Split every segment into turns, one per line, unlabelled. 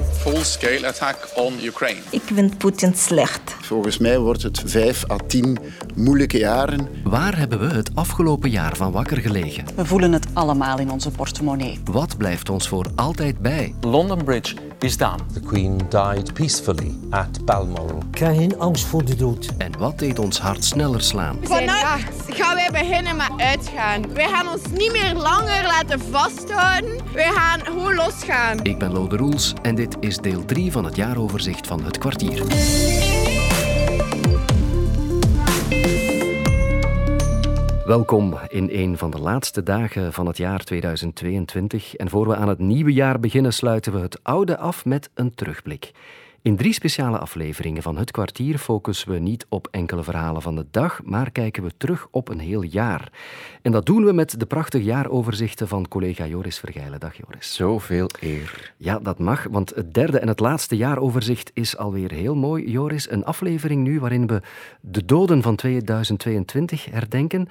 full-scale attack on Ukraine.
Ik vind Poetin slecht.
Volgens mij wordt het vijf à tien moeilijke jaren.
Waar hebben we het afgelopen jaar van wakker gelegen?
We voelen het allemaal in onze portemonnee.
Wat blijft ons voor altijd bij?
London Bridge is down.
The Queen died peacefully at Balmoral.
Geen angst voor de dood.
En wat deed ons hart sneller slaan?
Vannacht gaan wij beginnen met uitgaan. Wij gaan ons niet meer langer laten vasthouden. Wij gaan gewoon losgaan.
Ik ben Lode Roels en dit is deel 3 van het jaaroverzicht van Het Kwartier. Welkom in een van de laatste dagen van het jaar 2022. En voor we aan het nieuwe jaar beginnen, sluiten we het oude af met een terugblik. In drie speciale afleveringen van Het Kwartier focussen we niet op enkele verhalen van de dag, maar kijken we terug op een heel jaar. En dat doen we met de prachtige jaaroverzichten van collega Joris Vergeilen. Dag Joris.
Zoveel eer.
Ja, dat mag, want het derde en het laatste jaaroverzicht is alweer heel mooi, Joris. Een aflevering nu waarin we de doden van 2022 herdenken.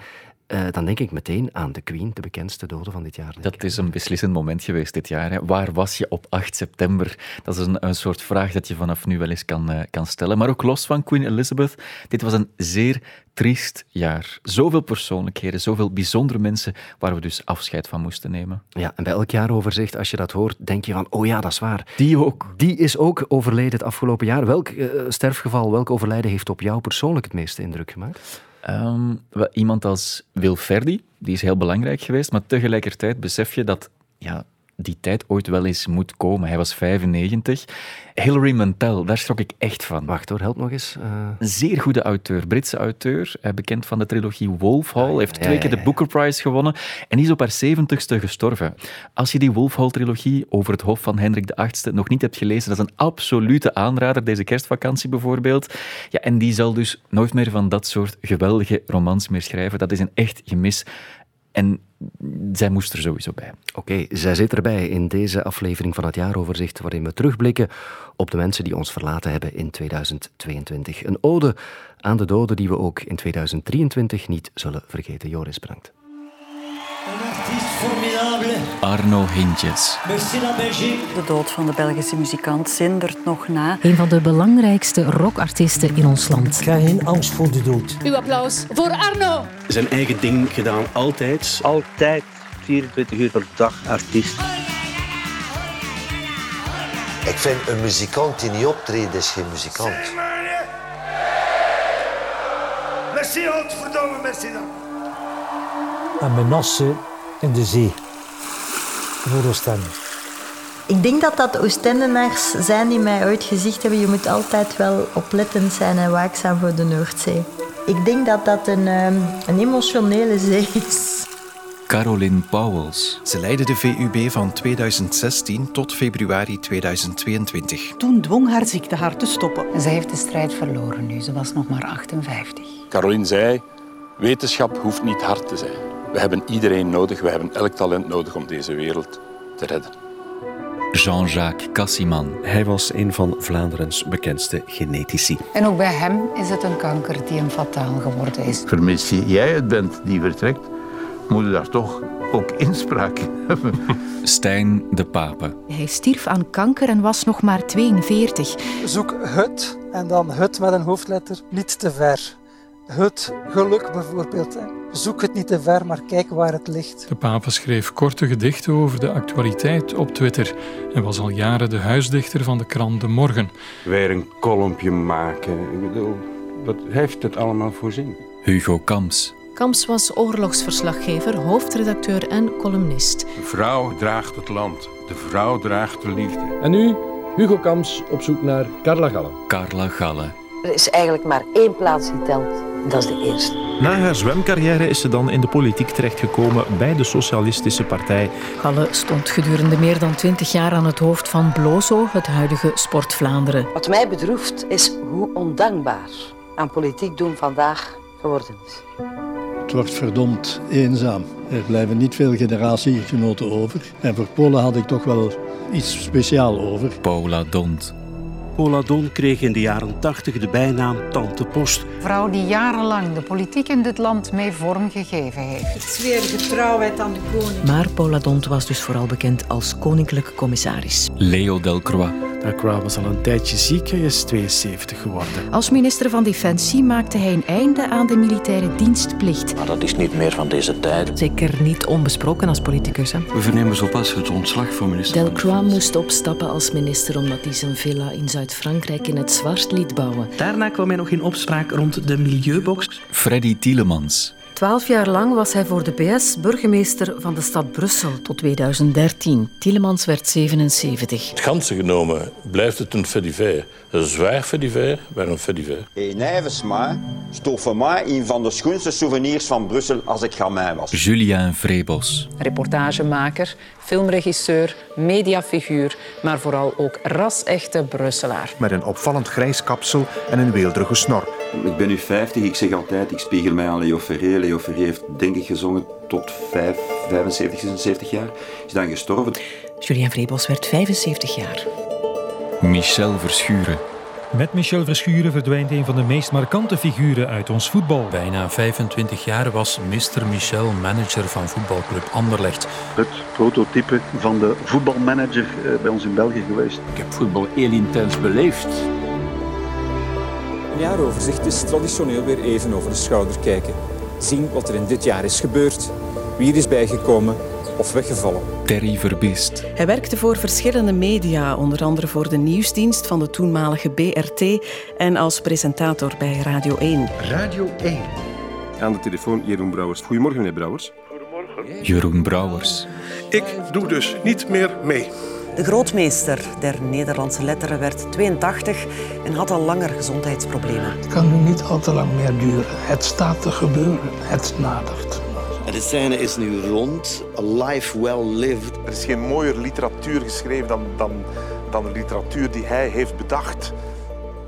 Uh, dan denk ik meteen aan de Queen, de bekendste dode van dit jaar.
Dat
ik.
is een beslissend moment geweest dit jaar. Hè. Waar was je op 8 september? Dat is een, een soort vraag dat je vanaf nu wel eens kan, uh, kan stellen. Maar ook los van Queen Elizabeth, dit was een zeer triest jaar. Zoveel persoonlijkheden, zoveel bijzondere mensen waar we dus afscheid van moesten nemen.
Ja, en bij elk jaaroverzicht, als je dat hoort, denk je van, oh ja, dat is waar.
Die ook.
Die is ook overleden het afgelopen jaar. Welk uh, sterfgeval, welk overlijden heeft op jou persoonlijk het meeste indruk gemaakt?
Um, wel, iemand als Wilferdi, die is heel belangrijk geweest, maar tegelijkertijd besef je dat ja, die tijd ooit wel eens moet komen. Hij was 95. Hilary Mantel, daar schrok ik echt van.
Wacht hoor, help nog eens. Uh...
Een zeer goede auteur, Britse auteur, eh, bekend van de trilogie Wolf Hall, ah, ja, heeft twee ja, ja, keer de Booker Prize gewonnen en is op haar 70ste gestorven. Als je die Wolf Hall trilogie over het hof van Hendrik VIII nog niet hebt gelezen, dat is een absolute aanrader, deze kerstvakantie bijvoorbeeld. Ja, en die zal dus nooit meer van dat soort geweldige romans meer schrijven. Dat is een echt gemis. En zij moest er sowieso bij.
Oké, okay, zij zit erbij in deze aflevering van het jaaroverzicht, waarin we terugblikken op de mensen die ons verlaten hebben in 2022. Een ode aan de doden die we ook in 2023 niet zullen vergeten. Joris Brandt.
Een artiest formidabele.
Arno Hintjes.
Merci la Belgique.
De dood van de Belgische muzikant zindert nog na.
Een van de belangrijkste rockartiesten in ons land.
Ik krijg geen angst voor de dood.
Uw applaus voor Arno.
Zijn eigen ding gedaan, altijd.
Altijd, 24 uur per dag, artiest.
Ik vind een muzikant die niet optreedt, is geen muzikant.
Merci, godverdomme, merci dan
en menassen in de zee. Voor Oostende.
Ik denk dat dat Oostendenaars zijn die mij ooit gezegd hebben: je moet altijd wel oplettend zijn en waakzaam voor de Noordzee. Ik denk dat dat een, ehm, een emotionele zee is.
Caroline Pauwels.
Ze leidde de VUB van 2016 tot februari 2022.
Toen dwong haar ziekte haar te stoppen.
En zij heeft de strijd verloren nu. Ze was nog maar 58.
Caroline zei: wetenschap hoeft niet hard te zijn. We hebben iedereen nodig, we hebben elk talent nodig om deze wereld te redden.
Jean-Jacques Cassiman.
Hij was een van Vlaanderens bekendste genetici.
En ook bij hem is het een kanker die hem fataal geworden is.
Vermits jij het bent die vertrekt, moet je daar toch ook inspraak in hebben.
Stijn de Pape.
Hij stierf aan kanker en was nog maar 42.
Zoek het, en dan het met een hoofdletter, niet te ver. Het geluk bijvoorbeeld. Hè. Zoek het niet te ver, maar kijk waar het ligt.
De Papa schreef korte gedichten over de actualiteit op Twitter en was al jaren de huisdichter van de krant De Morgen.
Weer een kolompje maken, ik bedoel, wat heeft het allemaal voor zin?
Hugo Kams.
Kams was oorlogsverslaggever, hoofdredacteur en columnist.
De vrouw draagt het land, de vrouw draagt de liefde.
En nu Hugo Kams op zoek naar Carla Galle.
Carla Galle.
Er is eigenlijk maar één plaats die telt. Dat is de eerste.
Na haar zwemcarrière is ze dan in de politiek terechtgekomen bij de Socialistische Partij.
Galle stond gedurende meer dan twintig jaar aan het hoofd van Blozo, het huidige Sport Vlaanderen.
Wat mij bedroeft is hoe ondankbaar aan politiek doen vandaag geworden is.
Het wordt verdomd eenzaam. Er blijven niet veel generatiegenoten over. En voor Polen had ik toch wel iets speciaals over.
Paula Dont.
Paula Don kreeg in de jaren 80 de bijnaam Tante Post.
Vrouw die jarenlang de politiek in dit land mee vorm gegeven heeft.
Ik zweer getrouwheid aan de koning.
Maar Paula Dont was dus vooral bekend als koninklijke commissaris.
Leo Delcroix.
Daar kwamen ze al een tijdje ziek. Hij is 72 geworden.
Als minister van Defensie maakte hij een einde aan de militaire dienstplicht.
Maar dat is niet meer van deze tijd.
Zeker niet onbesproken als politicus. Hè?
We vernemen zo pas het ontslag van minister.
Delcroix moest opstappen als minister omdat hij zijn villa in Zuid-Frankrijk in het zwart liet bouwen.
Daarna kwam hij nog in opspraak rond de milieubox.
Freddy Tielemans.
Twaalf jaar lang was hij voor de PS burgemeester van de stad Brussel. Tot 2013. Tielemans werd 77.
Het ganse genomen blijft het een fediver. Een zwaar fediver, maar een fediver.
Een ijversma stond voor mij een van de schoonste souvenirs van Brussel als ik gamin was.
Julien Vrebos.
Reportagemaker, filmregisseur, mediafiguur, maar vooral ook ras-echte Brusselaar.
Met een opvallend grijs kapsel en een weelderige snor.
Ik ben nu 50, ik zeg altijd, ik spiegel mij aan Leo Ferré. Leo Ferré heeft denk ik gezongen tot 5, 75, 76 jaar. Is dan gestorven.
Julien Vrebos werd 75 jaar.
Michel Verschuren.
Met Michel Verschuren verdwijnt een van de meest markante figuren uit ons voetbal.
Bijna 25 jaar was Mr. Michel manager van voetbalclub Anderlecht.
Het prototype van de voetbalmanager eh, bij ons in België geweest.
Ik heb voetbal heel intens beleefd.
Een jaaroverzicht is traditioneel weer even over de schouder kijken. Zien wat er in dit jaar is gebeurd, wie er is bijgekomen of weggevallen.
Terry Verbiest.
Hij werkte voor verschillende media, onder andere voor de nieuwsdienst van de toenmalige BRT en als presentator bij Radio 1.
Radio 1. Aan de telefoon Jeroen Brouwers. Goedemorgen, meneer Brouwers.
Goedemorgen. Jeroen Brouwers.
Ik doe dus niet meer mee.
De grootmeester der Nederlandse letteren werd 82 en had al langer gezondheidsproblemen.
Het kan nu niet al te lang meer duren. Het staat te gebeuren. Het nadert.
De scène is nu rond. A life well lived.
Er is geen mooier literatuur geschreven dan, dan, dan de literatuur die hij heeft bedacht.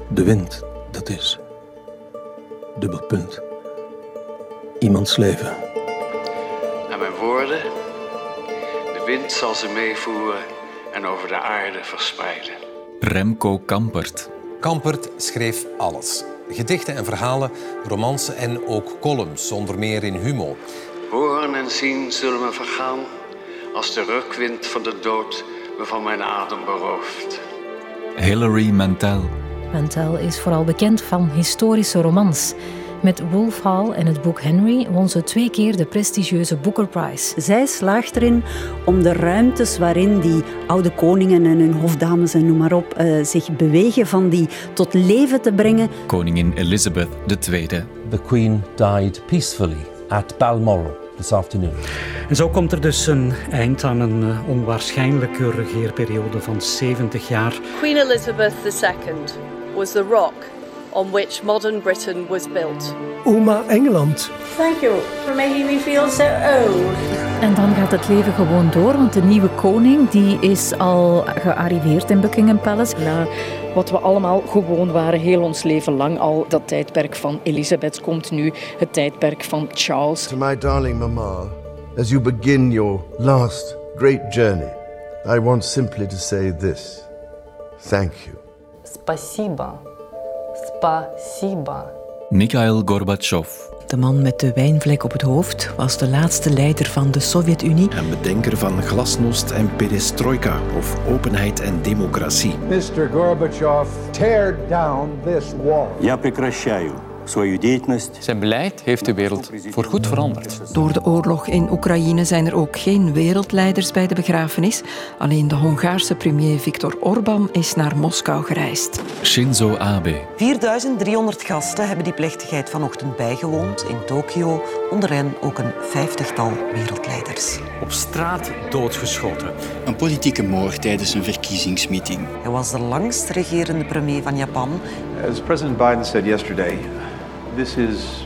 De wind, dat is. Dubbelpunt. Iemands leven.
Aan mijn woorden. De wind zal ze meevoeren en over de aarde verspreiden.
Remco Kampert.
Kampert schreef alles. Gedichten en verhalen, romans en ook columns, zonder meer in humo.
Horen en zien zullen me vergaan als de rukwind van de dood me van mijn adem berooft.
Hilary Mantel.
Mantel is vooral bekend van historische romans. Met Wolf Hall en het boek Henry won ze twee keer de prestigieuze Booker Prize.
Zij slaagt erin om de ruimtes waarin die oude koningen en hun hofdames en noem maar op euh, zich bewegen, van die tot leven te brengen.
Koningin Elizabeth II.
The Queen died peacefully at Balmoral. This afternoon.
En zo komt er dus een eind aan een eh, onwaarschijnlijke regeerperiode van 70 jaar.
Queen Elizabeth II was the rock on which modern Britain was built.
Oma Engeland.
Thank you for making me feel so old.
En dan gaat het leven gewoon door, want de nieuwe koning die is al gearriveerd in Buckingham Palace.
Na wat we allemaal gewoon waren heel ons leven lang al, dat tijdperk van Elisabeth komt nu het tijdperk van Charles.
To my darling mama, as you begin your last great journey, I want simply to say this. Thank you.
Спасибо. Spasiba.
Mikhail Gorbachev.
De man met de wijnvlek op het hoofd was de laatste leider van de Sovjet-Unie.
En bedenker van glasnost en perestroika, of openheid en democratie.
Mr. Gorbachev, tear down this wall.
Я прекращаю
zijn beleid heeft de wereld voorgoed veranderd.
Door de oorlog in Oekraïne zijn er ook geen wereldleiders bij de begrafenis. Alleen de Hongaarse premier Viktor Orbán is naar Moskou gereisd.
Shinzo Abe.
4300 gasten hebben die plechtigheid vanochtend bijgewoond in Tokio. Onder hen ook een vijftigtal wereldleiders.
Op straat doodgeschoten.
Een politieke moord tijdens een verkiezingsmeeting.
Hij was de langst regerende premier van Japan.
As President Biden said yesterday, this is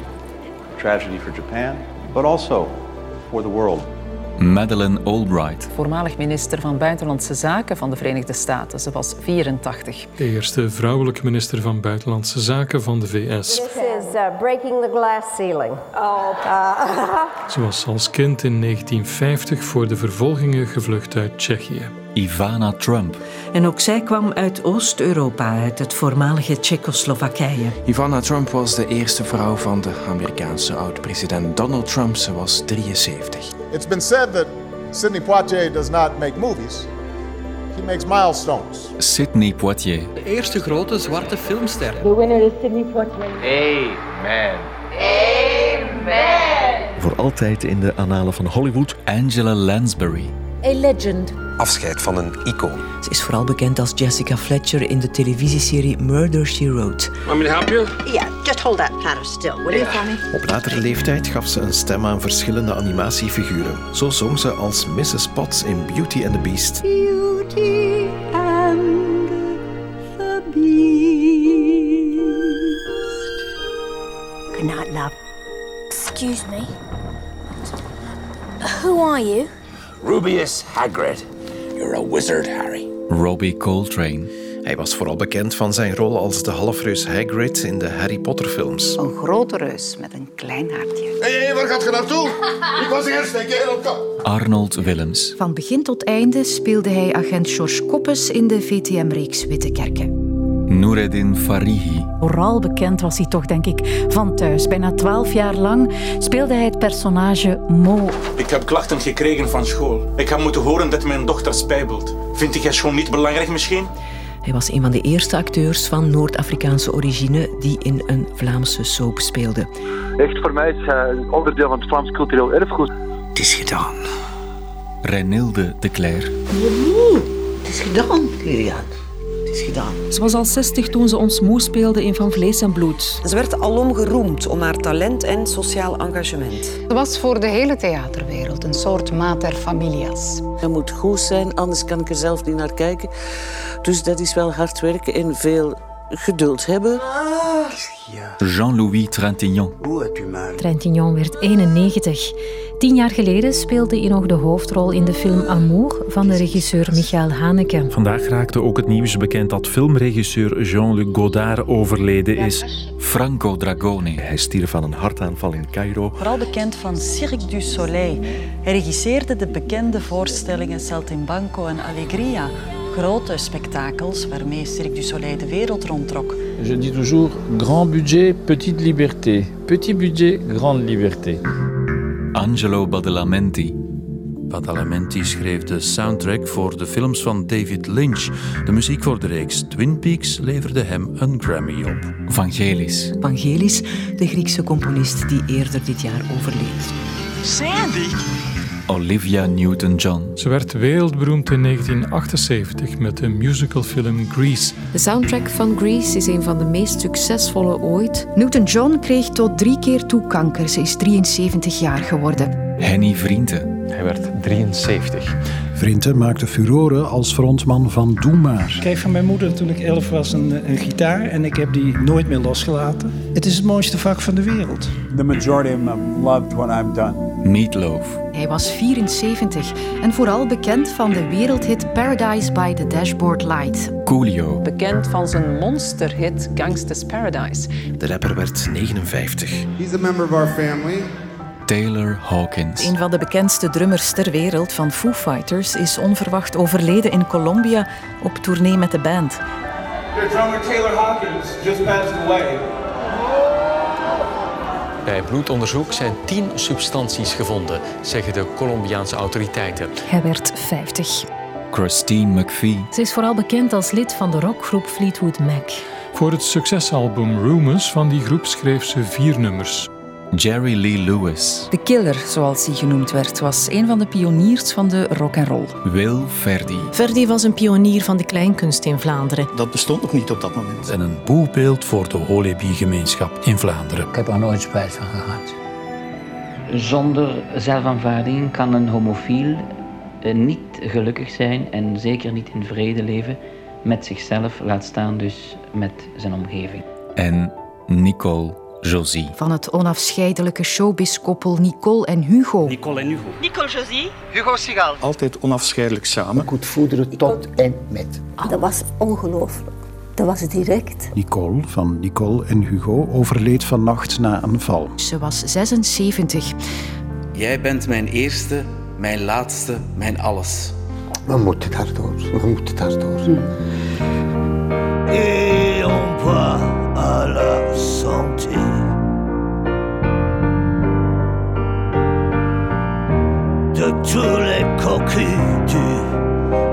tragedy for Japan, but also for the world.
Madeleine Albright.
Voormalig minister van Buitenlandse Zaken van de Verenigde Staten. Ze was 84.
De eerste vrouwelijke minister van Buitenlandse Zaken van de VS.
This is uh, breaking the glass ceiling. Oh.
Uh. Ze was als kind in 1950 voor de vervolgingen gevlucht uit Tsjechië.
Ivana Trump.
En ook zij kwam uit Oost-Europa, uit het voormalige Tsjechoslowakije.
Ivana Trump was de eerste vrouw van de Amerikaanse oud-president Donald Trump. Ze was 73.
It's been said that Sidney Poitier does not make movies. He
makes milestones.
Sydney Poitier.
De eerste grote zwarte filmster.
The winner is Sydney Poitier.
Amen.
Amen.
Voor altijd in de analen van Hollywood, Angela Lansbury.
A legend.
Afscheid van een icoon.
Ze is vooral bekend als Jessica Fletcher in de televisieserie Murder, She Wrote.
Want me to help you?
Yeah, just hold that platter still, will yeah. you, Tommy?
Op latere leeftijd gaf ze een stem aan verschillende animatiefiguren. Zo zong ze als Mrs. Potts in Beauty and the Beast.
Beauty and the Beast.
Good night, love.
Excuse me. Who are you?
Rubius Hagrid. You're a wizard, Harry.
Robbie Coltrane.
Hij was vooral bekend van zijn rol als de halfreus Hagrid in de Harry Potter films.
Een grote reus met een klein hartje.
Hé, hey, hey, waar gaat je naartoe? Ik was eerst een keer op kap.
Arnold Willems.
Van begin tot einde speelde hij agent George Koppes in de VTM-reeks Witte Kerken.
Noureddin Farihi.
Vooral bekend was hij toch, denk ik, van thuis. Bijna twaalf jaar lang speelde hij het personage Mo.
Ik heb klachten gekregen van school. Ik heb moeten horen dat mijn dochter spijbelt. Vind ik het school niet belangrijk misschien?
Hij was een van de eerste acteurs van Noord-Afrikaanse origine die in een Vlaamse soap speelde.
Echt, voor mij is hij een onderdeel van het Vlaams cultureel erfgoed.
Het is gedaan.
Renilde de Cler.
Nee, het is gedaan, Julian. Gedaan.
Ze was al 60 toen ze ons moe speelde in Van Vlees en Bloed.
Ze werd alom geroemd om haar talent en sociaal engagement.
Ze was voor de hele theaterwereld een soort mater familias. Je moet goed zijn, anders kan ik er zelf niet naar kijken. Dus dat is wel hard werken en veel geduld hebben.
Jean-Louis Trintignant.
Trintignant werd 91. Tien jaar geleden speelde hij nog de hoofdrol in de film Amour van de regisseur Michael Haneke.
Vandaag raakte ook het nieuws bekend dat filmregisseur Jean-Luc Godard overleden is.
Franco Dragone.
Hij stierf van een hartaanval in Cairo.
Vooral bekend van Cirque du Soleil. Hij regisseerde de bekende voorstellingen Saltimbanco en Alegria grote spektakels waarmee Cirque du Soleil de wereld rondtrok.
Je dis toujours grand budget, petite liberté. Petit budget, grande liberté.
Angelo Badalamenti.
Badalamenti schreef de soundtrack voor de films van David Lynch. De muziek voor de reeks Twin Peaks leverde hem een Grammy op.
Vangelis.
Vangelis, de Griekse componist die eerder dit jaar overleed.
Sandy!
Olivia Newton-John.
Ze werd wereldberoemd in 1978 met de musicalfilm Grease.
De soundtrack van Grease is een van de meest succesvolle ooit. Newton-John kreeg tot drie keer toe kanker. Ze is 73 jaar geworden.
Henny Vrienden.
Hij werd 73.
Vrienden maakte furore als frontman van Doe Maar.
Ik kreeg van mijn moeder toen ik 11 was een, een gitaar en ik heb die nooit meer losgelaten. Het is het mooiste vak van de wereld.
The majority of them loved what I'm done.
Meatloaf.
Hij was 74 en vooral bekend van de wereldhit Paradise by the Dashboard Light.
Coolio.
Bekend van zijn monsterhit Gangsta's Paradise.
De rapper werd 59.
He's a member of our family.
Taylor Hawkins.
Een van de bekendste drummers ter wereld van Foo Fighters is onverwacht overleden in Colombia op tournee met de band.
The drummer Taylor Hawkins just passed away.
Bij bloedonderzoek zijn tien substanties gevonden, zeggen de Colombiaanse autoriteiten.
Hij werd 50.
Christine McVie.
Ze is vooral bekend als lid van de rockgroep Fleetwood Mac.
Voor het succesalbum Rumors van die groep schreef ze vier nummers.
Jerry Lee Lewis.
De killer, zoals hij genoemd werd, was een van de pioniers van de rock and roll.
Wil Verdi.
Verdi was een pionier van de kleinkunst in Vlaanderen.
Dat bestond nog niet op dat moment. En een boelbeeld voor de Holebi-gemeenschap in Vlaanderen.
Ik heb er nooit spijt van gehad.
Zonder zelfaanvaarding kan een homofiel eh, niet gelukkig zijn en zeker niet in vrede leven met zichzelf, laat staan dus met zijn omgeving.
En Nicole Josie.
Van het onafscheidelijke showbiz-koppel Nicole en Hugo.
Nicole en Hugo.
Nicole Josie. Hugo Sigal.
Altijd onafscheidelijk samen.
Goed voederen tot en met. Dat was ongelooflijk.
Dat was direct.
Nicole van Nicole en Hugo overleed vannacht na een val.
Ze was 76.
Jij bent mijn eerste, mijn laatste, mijn alles.
We moeten daardoor. We moeten daardoor. Hmm.
Et on va à la santé. de tous les cocus du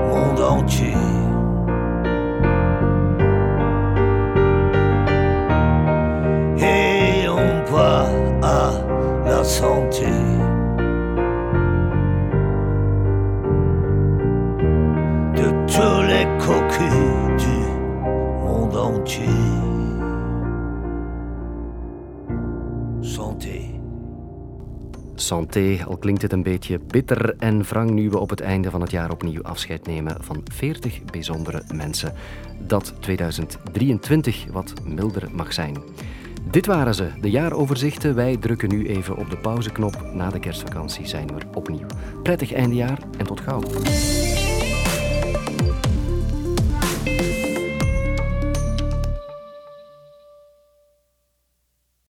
monde entier.
cocu du monde entier. Santé.
Santé, al klinkt het een beetje bitter. En wrang nu we op het einde van het jaar opnieuw afscheid nemen van 40 bijzondere mensen. Dat 2023 wat milder mag zijn. Dit waren ze, de jaaroverzichten. Wij drukken nu even op de pauzeknop. Na de kerstvakantie zijn we er opnieuw. Prettig eindejaar en tot gauw.